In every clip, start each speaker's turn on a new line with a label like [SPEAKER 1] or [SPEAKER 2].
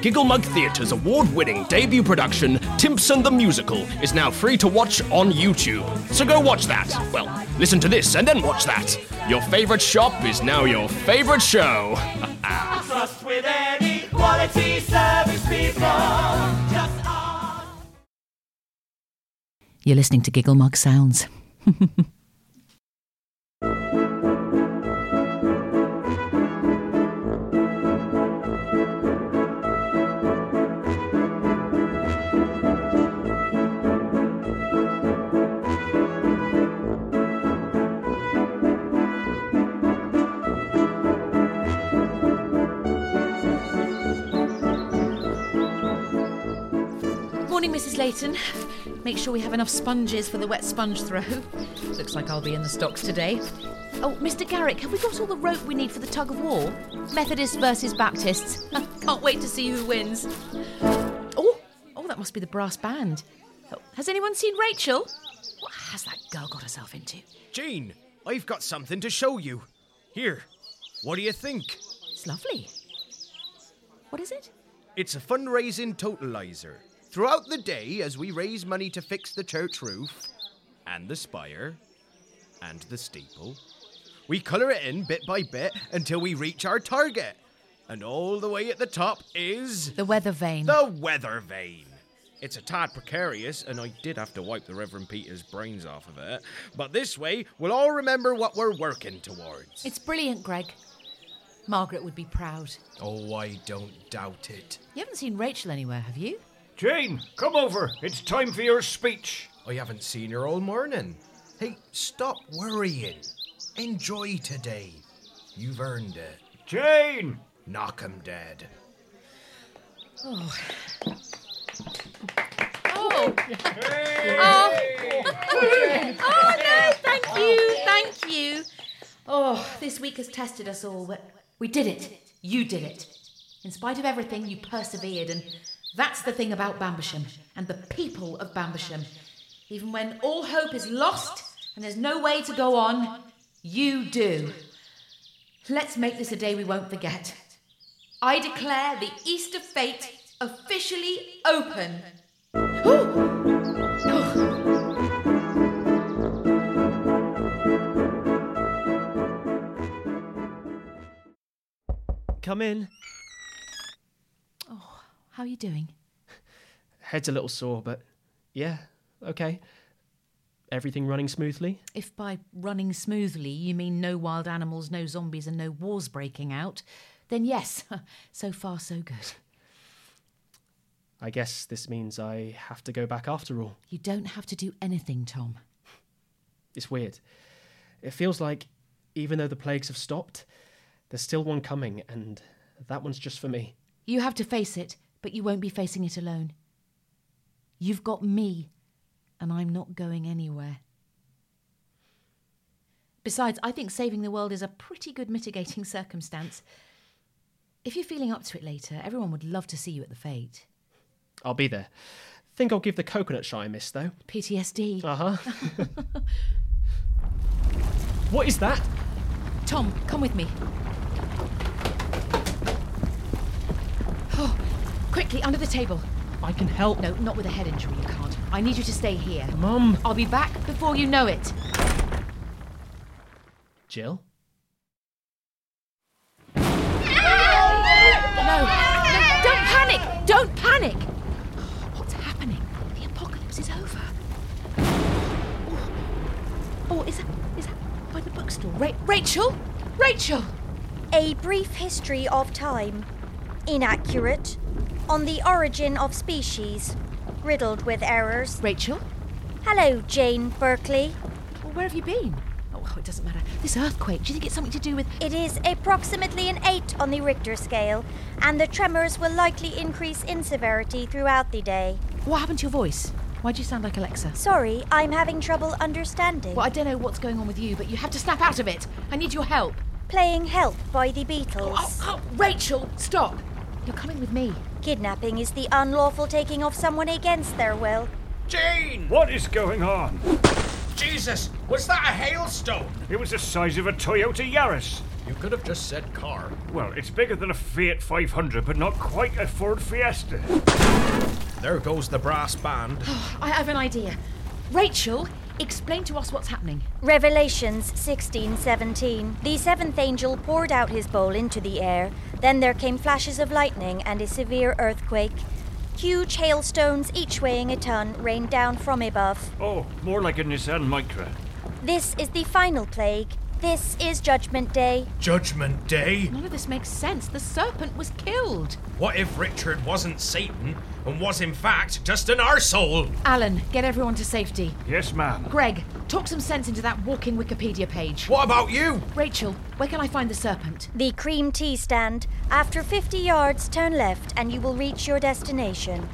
[SPEAKER 1] Giggle Mug Theatre's award winning debut production, Timpson the Musical, is now free to watch on YouTube. So go watch that. Well, listen to this and then watch that. Your favorite shop is now your favorite show.
[SPEAKER 2] Trust with any quality service people. Just ask.
[SPEAKER 3] You're listening to Giggle Mug Sounds.
[SPEAKER 4] Morning, Mrs. Layton. Make sure we have enough sponges for the wet sponge throw. Looks like I'll be in the stocks today. Oh, Mr. Garrick, have we got all the rope we need for the tug of war? Methodists versus Baptists. Can't wait to see who wins. Oh, oh, that must be the brass band. Oh, has anyone seen Rachel? What has that girl got herself into?
[SPEAKER 5] Jean, I've got something to show you. Here, what do you think?
[SPEAKER 4] It's lovely. What is it?
[SPEAKER 5] It's a fundraising totalizer. Throughout the day, as we raise money to fix the church roof, and the spire, and the steeple, we colour it in bit by bit until we reach our target. And all the way at the top is
[SPEAKER 4] The weather vane.
[SPEAKER 5] the weather vane. It's a tad precarious, and I did have to wipe the Reverend Peter's brains off of it. But this way, we'll all remember what we're working towards.
[SPEAKER 4] It's brilliant, Greg. Margaret would be proud.
[SPEAKER 5] Oh, I don't doubt it.
[SPEAKER 4] You haven't seen Rachel anywhere, have you?
[SPEAKER 6] Jane, come over. It's time for your speech.
[SPEAKER 5] I haven't seen her all morning. Hey, stop worrying. Enjoy today. You've earned it.
[SPEAKER 6] Jane!
[SPEAKER 5] Knock 'em dead.
[SPEAKER 4] Oh. oh. oh no, thank you, thank you. Oh, this week has tested us all, but we did it. You did it. In spite of everything, you persevered, and that's the thing about Bambersham and the people of Bambersham. Even when all hope is lost and there's no way to go on, you do. Let's make this a day we won't forget. I declare the Easter Fete officially open.
[SPEAKER 7] Come in.
[SPEAKER 4] How are you doing?
[SPEAKER 7] Head's a little sore, but yeah, okay. Everything running smoothly?
[SPEAKER 4] If by running smoothly you mean no wild animals, no zombies, and no wars breaking out, then yes, so far so good.
[SPEAKER 7] I guess this means I have to go back after all.
[SPEAKER 4] You don't have to do anything, Tom.
[SPEAKER 7] It's weird. It feels like, even though the plagues have stopped, there's still one coming, and that one's just for me.
[SPEAKER 4] You have to face it, but you won't be facing it alone. You've got me, and I'm not going anywhere. Besides, I think saving the world is a pretty good mitigating circumstance. If you're feeling up to it later, everyone would love to see you at the fete.
[SPEAKER 7] I'll be there. Think I'll give the coconut shy a miss, though.
[SPEAKER 4] PTSD.
[SPEAKER 7] Uh huh. what is that?
[SPEAKER 4] Tom, come with me. Oh, Oh, quickly, under the table.
[SPEAKER 7] I can help.
[SPEAKER 4] No, not with a head injury, you can't. I need you to stay here.
[SPEAKER 7] Mum.
[SPEAKER 4] I'll be back before you know it.
[SPEAKER 7] Jill?
[SPEAKER 4] No, no, don't panic! Don't panic! What's happening? The apocalypse is over. Oh, oh is that is that by the bookstore? Ra- Rachel? Rachel!
[SPEAKER 8] A Brief History of Time. Inaccurate. On the Origin of Species. Riddled with Errors.
[SPEAKER 4] Rachel?
[SPEAKER 8] Hello, Jane Berkeley.
[SPEAKER 4] Well, where have you been? Oh, it doesn't matter. This earthquake, do you think it's something to do with
[SPEAKER 8] It is approximately an 8 on the Richter scale, and the tremors will likely increase in severity throughout the day.
[SPEAKER 4] what happened to your voice? Why do you sound like Alexa?
[SPEAKER 8] Sorry, I'm having trouble understanding.
[SPEAKER 4] Well, I don't know what's going on with you, but you have to snap out of it. I need your help.
[SPEAKER 8] Playing Help by the Beatles.
[SPEAKER 4] Oh, oh, Rachel, stop. You're coming with me.
[SPEAKER 8] Kidnapping is the unlawful taking of someone against their will.
[SPEAKER 6] What is going on?
[SPEAKER 1] Jesus, was that a hailstone?
[SPEAKER 6] It was the size of a Toyota Yaris.
[SPEAKER 1] You could have just said car.
[SPEAKER 6] Well, it's bigger than a Fiat 500, but not quite a Ford Fiesta.
[SPEAKER 5] There goes the brass band.
[SPEAKER 4] I have an idea. Rachel, explain to us what's happening.
[SPEAKER 8] Revelations 16:17. The seventh angel poured out his bowl into the air. Then there came flashes of lightning and a severe earthquake. Huge hailstones, each weighing a ton, rained down from above.
[SPEAKER 6] Oh, more like a Nissan Micra.
[SPEAKER 8] This is the final plague. This is Judgment Day.
[SPEAKER 9] Judgment Day?
[SPEAKER 4] None of this makes sense. The serpent was killed.
[SPEAKER 9] What if Richard wasn't Satan and was in fact just an arsehole?
[SPEAKER 4] Alan, get everyone to safety.
[SPEAKER 6] Yes, ma'am.
[SPEAKER 4] Greg, talk some sense into that walking Wikipedia page.
[SPEAKER 9] What about you?
[SPEAKER 4] Rachel, where can I find the serpent?
[SPEAKER 8] The cream tea stand. After 50 yards, turn left and you will reach your destination.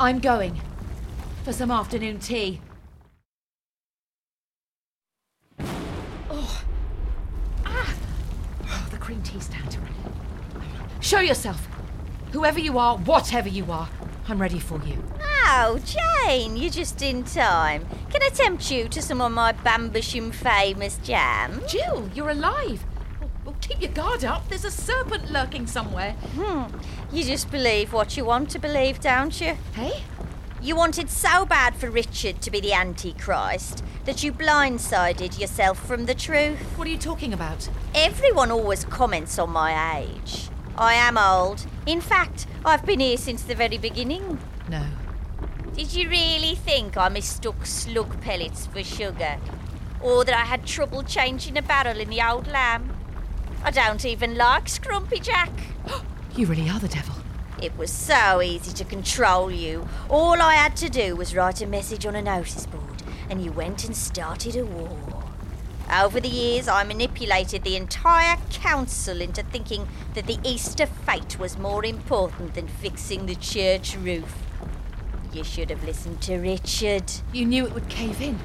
[SPEAKER 4] I'm going for some afternoon tea. Oh, ah, oh, the cream tea stand. Show yourself, whoever you are, whatever you are. I'm ready for you.
[SPEAKER 8] Oh, Jane, you're just in time. Can I tempt you to some of my Bambusham famous jam?
[SPEAKER 4] Jill, you're alive. Well, well, keep your guard up. There's a serpent lurking somewhere.
[SPEAKER 8] You just believe what you want to believe, don't you?
[SPEAKER 4] Hey,
[SPEAKER 8] You wanted so bad for Richard to be the Antichrist that you blindsided yourself from the truth.
[SPEAKER 4] what are you talking about?
[SPEAKER 8] Everyone always comments on my age. I am old. In fact, I've been here since the very beginning.
[SPEAKER 4] No.
[SPEAKER 8] Did you really think I mistook slug pellets for sugar? Or that I had trouble changing a barrel in the old lamb? I don't even like Scrumpy Jack.
[SPEAKER 4] You really are the devil.
[SPEAKER 8] It was so easy to control you. All I had to do was write a message on a notice board, and you went and started a war. Over the years, I manipulated the entire council into thinking that the Easter fete was more important than fixing the church roof. You should have listened to Richard.
[SPEAKER 4] You knew it would cave in.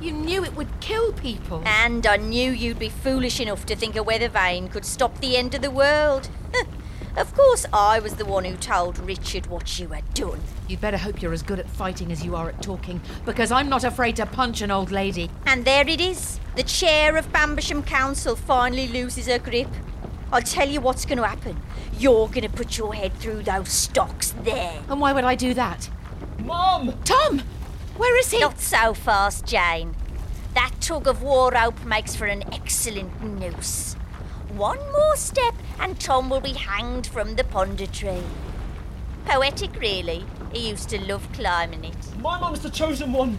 [SPEAKER 4] You knew it would kill people.
[SPEAKER 8] And I knew you'd be foolish enough to think a weather vane could stop the end of the world. of course, I was the one who told Richard what you had done.
[SPEAKER 4] You'd better hope you're as good at fighting as you are at talking, because I'm not afraid to punch an old lady.
[SPEAKER 8] And there it is. The chair of Bambersham Council finally loses her grip. I'll tell you what's going to happen. You're going to put your head through those stocks there.
[SPEAKER 4] And why would I do that?
[SPEAKER 1] Mom!
[SPEAKER 4] Tom! Where is he?
[SPEAKER 8] Not so fast, Jane. That tug of war rope makes for an excellent noose. One more step, and Tom will be hanged from the ponder tree. Poetic, really. He used to love climbing it.
[SPEAKER 7] My mum's the chosen one.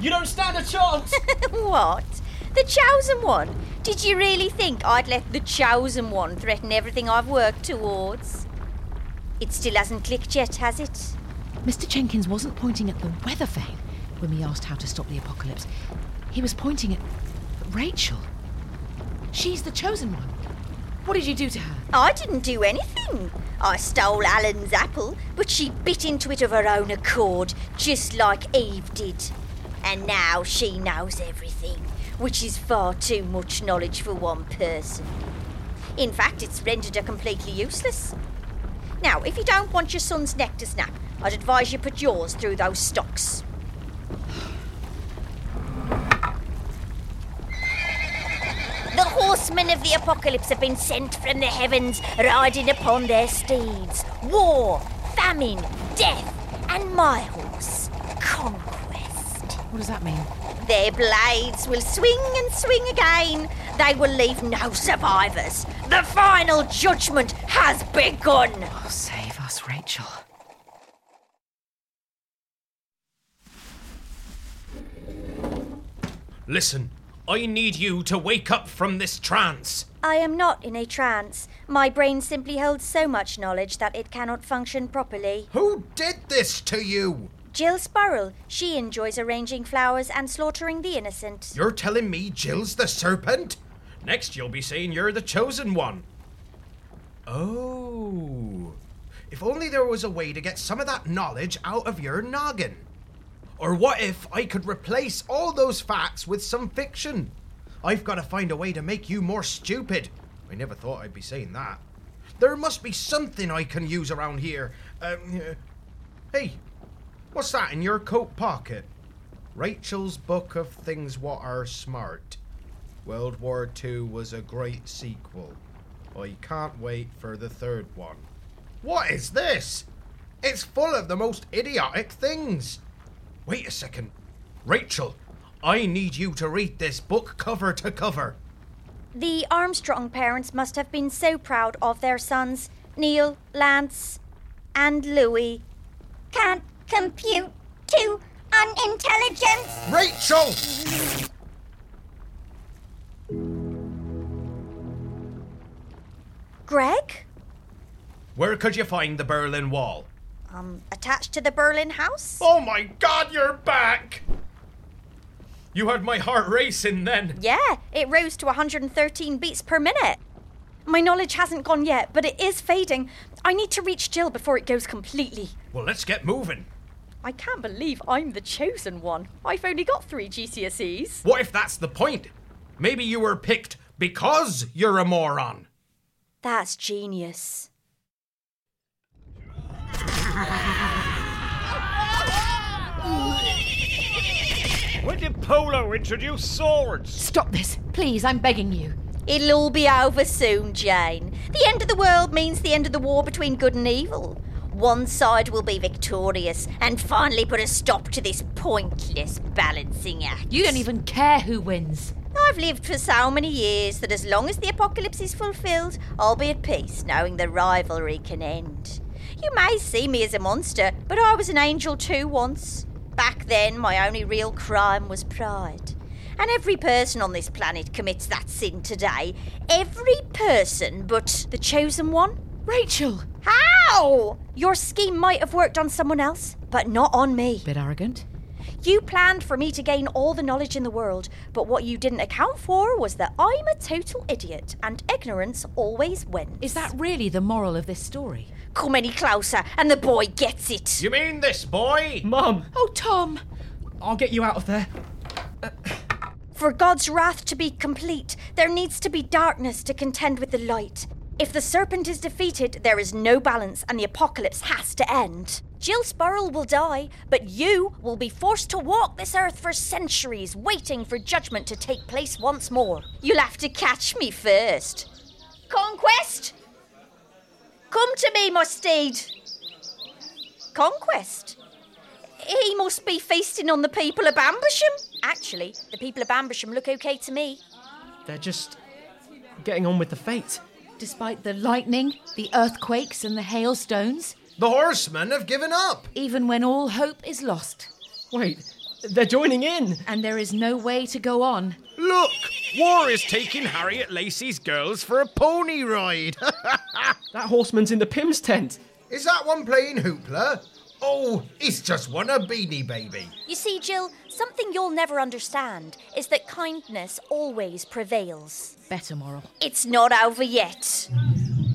[SPEAKER 7] You don't stand a chance.
[SPEAKER 8] what? The chosen one? Did you really think I'd let the chosen one threaten everything I've worked towards? It still hasn't clicked yet, has it?
[SPEAKER 4] Mr. Jenkins wasn't pointing at the weather vane when we asked how to stop the apocalypse. He was pointing at Rachel. She's the chosen one. What did you do to her?
[SPEAKER 8] I didn't do anything. I stole Alan's apple, but she bit into it of her own accord, just like Eve did. And now she knows everything, which is far too much knowledge for one person. In fact, it's rendered her completely useless. Now, if you don't want your son's neck to snap, I'd advise you put yours through those stocks. The horsemen of the apocalypse have been sent from the heavens, riding upon their steeds. War, famine, death, and my horse, conquest.
[SPEAKER 4] What does that mean?
[SPEAKER 8] Their blades will swing and swing again. They will leave no survivors. The final judgment has begun.
[SPEAKER 4] Oh, save us, Rachel.
[SPEAKER 9] Listen, I need you to wake up from this trance.
[SPEAKER 8] I am not in a trance. My brain simply holds so much knowledge that it cannot function properly.
[SPEAKER 5] Who did this to you?
[SPEAKER 8] Jill Spurrell, she enjoys arranging flowers and slaughtering the innocent.
[SPEAKER 5] You're telling me Jill's the serpent?
[SPEAKER 9] Next, you'll be saying you're the chosen one.
[SPEAKER 5] Oh. If only there was a way to get some of that knowledge out of your noggin. Or what if I could replace all those facts with some fiction? I've got to find a way to make you more stupid. I never thought I'd be saying that. There must be something I can use around here. Um, uh, hey, what's that in your coat pocket? Rachel's Book of Things What Are Smart. World War II was a great sequel. I can't wait for the third one. What is this? It's full of the most idiotic things. Wait a second. Rachel, I need you to read this book cover to cover.
[SPEAKER 8] The Armstrong parents must have been so proud of their sons, Neil, Lance, and Louis. Can't compute to unintelligence.
[SPEAKER 5] Rachel!
[SPEAKER 8] Greg?
[SPEAKER 5] Where could you find the Berlin Wall?
[SPEAKER 8] Um, attached to the Berlin house?
[SPEAKER 9] Oh my god, you're back! You had my heart racing then.
[SPEAKER 8] Yeah, it rose to 113 beats per minute. My knowledge hasn't gone yet, but it is fading. I need to reach Jill before it goes completely.
[SPEAKER 9] Well, let's get moving.
[SPEAKER 8] I can't believe I'm the chosen one. I've only got three GCSEs.
[SPEAKER 9] What if that's the point? Maybe you were picked because you're a moron.
[SPEAKER 8] That's genius.
[SPEAKER 6] When did Polo introduce swords?
[SPEAKER 3] Stop this, please, I'm begging you.
[SPEAKER 8] It'll all be over soon, Jane. The end of the world means the end of the war between good and evil. One side will be victorious and finally put a stop to this pointless balancing act.
[SPEAKER 3] You don't even care who wins.
[SPEAKER 8] I've lived for so many years that as long as the apocalypse is fulfilled, I'll be at peace knowing the rivalry can end. You may see me as a monster, but I was an angel too once. Back then, my only real crime was pride. And every person on this planet commits that sin today. Every person but the chosen one.
[SPEAKER 3] Rachel!
[SPEAKER 8] How? Your scheme might have worked on someone else, but not on me.
[SPEAKER 3] Bit arrogant.
[SPEAKER 8] You planned for me to gain all the knowledge in the world, but what you didn't account for was that I'm a total idiot and ignorance always wins.
[SPEAKER 3] Is that really the moral of this story?
[SPEAKER 8] Come any closer and the boy gets it.
[SPEAKER 9] You mean this boy?
[SPEAKER 7] Mum,
[SPEAKER 3] Oh, Tom!
[SPEAKER 7] I'll get you out of there.
[SPEAKER 8] For God's wrath to be complete, there needs to be darkness to contend with the light. If the serpent is defeated, there is no balance and the apocalypse has to end. Jill Sporrel will die, but you will be forced to walk this earth for centuries, waiting for judgment to take place once more. You'll have to catch me first. Conquest! Come to me, my steed! Conquest! He must be feasting on the people of Ambersham. Actually, the people of Ambersham look okay to me.
[SPEAKER 7] They're just getting on with the fate.
[SPEAKER 3] Despite the lightning, the earthquakes, and the hailstones,
[SPEAKER 5] The horsemen have given up.
[SPEAKER 3] even when all hope is lost,
[SPEAKER 7] Wait, they're joining in.
[SPEAKER 3] and there is no way to go on,
[SPEAKER 5] Look, War is taking Harriet Lacey's girls for a pony ride.
[SPEAKER 7] That horseman's in the Pim's tent.
[SPEAKER 5] is that one playing hoopla? Oh, he's just won a beanie baby.
[SPEAKER 8] You see, Jill, something you'll never understand is that kindness always prevails.
[SPEAKER 3] better moral.
[SPEAKER 8] It's not over yet.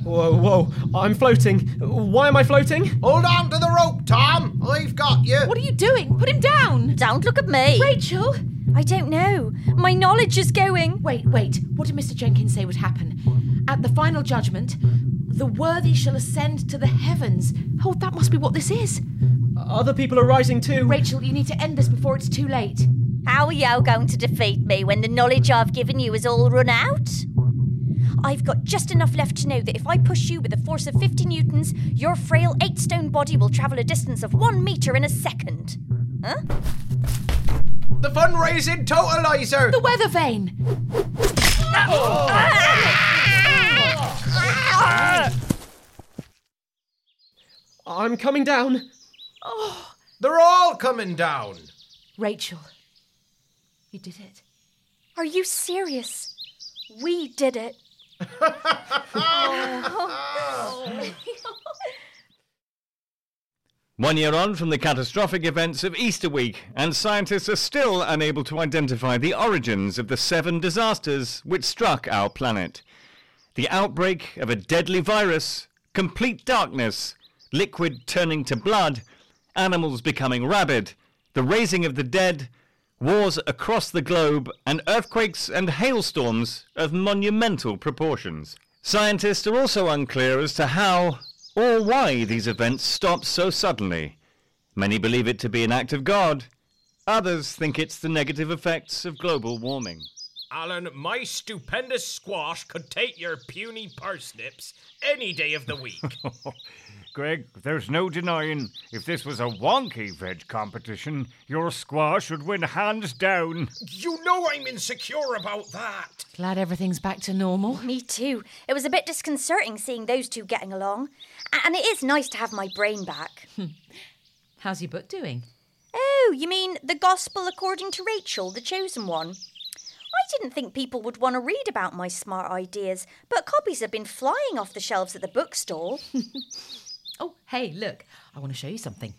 [SPEAKER 7] Whoa, whoa, I'm floating. Why am I floating?
[SPEAKER 5] Hold on to the rope, Tom. I've got you.
[SPEAKER 3] What are you doing? Put him down!
[SPEAKER 8] Don't look at me.
[SPEAKER 3] Rachel!
[SPEAKER 8] I don't know. My knowledge is going.
[SPEAKER 3] Wait, wait. What did Mr. Jenkins say would happen? At the final judgment, the worthy shall ascend to the heavens. Oh, that must be what this is.
[SPEAKER 7] Other people are rising too.
[SPEAKER 3] Rachel, you need to end this before it's too late.
[SPEAKER 8] How are you going to defeat me when the knowledge I've given you is all run out? I've got just enough left to know that if I push you with a force of 50 newtons, your frail eight stone body will travel a distance of one metre in a second. Huh?
[SPEAKER 5] The fundraising totalizer.
[SPEAKER 3] The weather vane!
[SPEAKER 7] I'm coming down.
[SPEAKER 5] They're all coming down.
[SPEAKER 3] Rachel, you did it.
[SPEAKER 8] Are you serious? We did it.
[SPEAKER 10] One year on from the catastrophic events of Easter week, and scientists are still unable to identify the origins of the seven disasters which struck our planet. The outbreak of a deadly virus, complete darkness, liquid turning to blood, animals becoming rabid, the raising of the dead, wars across the globe, and earthquakes and hailstorms of monumental proportions. Scientists are also unclear as to how or why these events stopped so suddenly. Many believe it to be an act of God, Others think it's the negative effects of global warming.
[SPEAKER 11] Alan, my stupendous squash could take your puny parsnips any day of the week.
[SPEAKER 6] Greg, there's no denying if this was a wonky veg competition, your squash would win hands down.
[SPEAKER 11] you know I'm insecure about that.
[SPEAKER 4] Glad everything's back to normal.
[SPEAKER 8] Me too. It was a bit disconcerting seeing those two getting along. A- And it is nice to have my brain back.
[SPEAKER 4] How's your book doing?
[SPEAKER 8] Oh, you mean The Gospel According to Rachel, the chosen one? I didn't think people would want to read about my smart ideas, but copies have been flying off the shelves at the bookstall.
[SPEAKER 4] oh, hey, look. I want to show you something.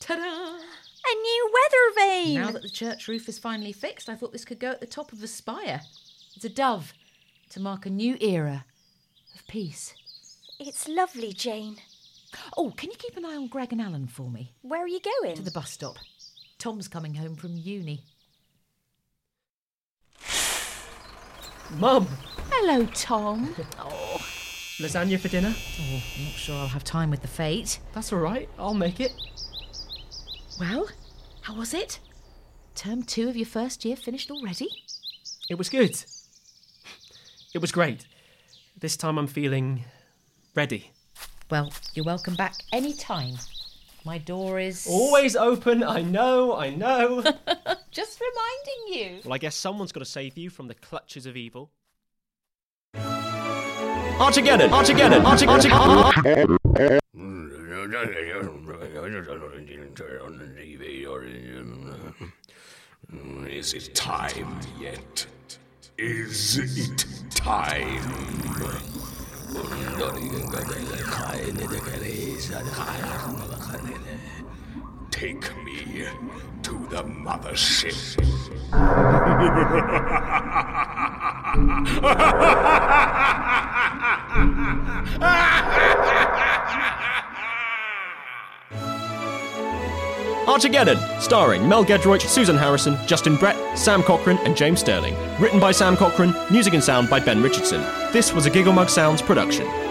[SPEAKER 4] Ta da!
[SPEAKER 8] A new weather vane!
[SPEAKER 4] Now that the church roof is finally fixed, I thought this could go at the top of the spire. It's a dove to mark a new era of peace.
[SPEAKER 8] It's lovely, Jane.
[SPEAKER 4] Oh, can you keep an eye on Greg and Alan for me?
[SPEAKER 8] Where are you going?
[SPEAKER 4] To the bus stop. Tom's coming home from uni.
[SPEAKER 12] Mum!
[SPEAKER 4] Hello, Tom. Oh,
[SPEAKER 12] Lasagna for dinner?
[SPEAKER 4] Oh, I'm not sure I'll have time with the fate.
[SPEAKER 12] That's all right. I'll make it.
[SPEAKER 4] Well, how was it? Term two of your first year finished already?
[SPEAKER 12] It was good. It was great. This time I'm feeling ready.
[SPEAKER 4] Well, you're welcome back any time. My door is.
[SPEAKER 12] Always open. I know, I know.
[SPEAKER 4] Just reminding you.
[SPEAKER 12] well, I guess someone's got to save you from the clutches of evil.
[SPEAKER 7] Armageddon! Armageddon! Armageddon! Armageddon!
[SPEAKER 5] Is it time yet? Is it time? Take me to the mothership.
[SPEAKER 7] Armageddon, starring Mel Gedroych, Susan Harrison, Justin Brett, Sam Cochran, and James Sterling. Written by Sam Cochran, music and sound by Ben Richardson. This was a Gigglemug Sounds production.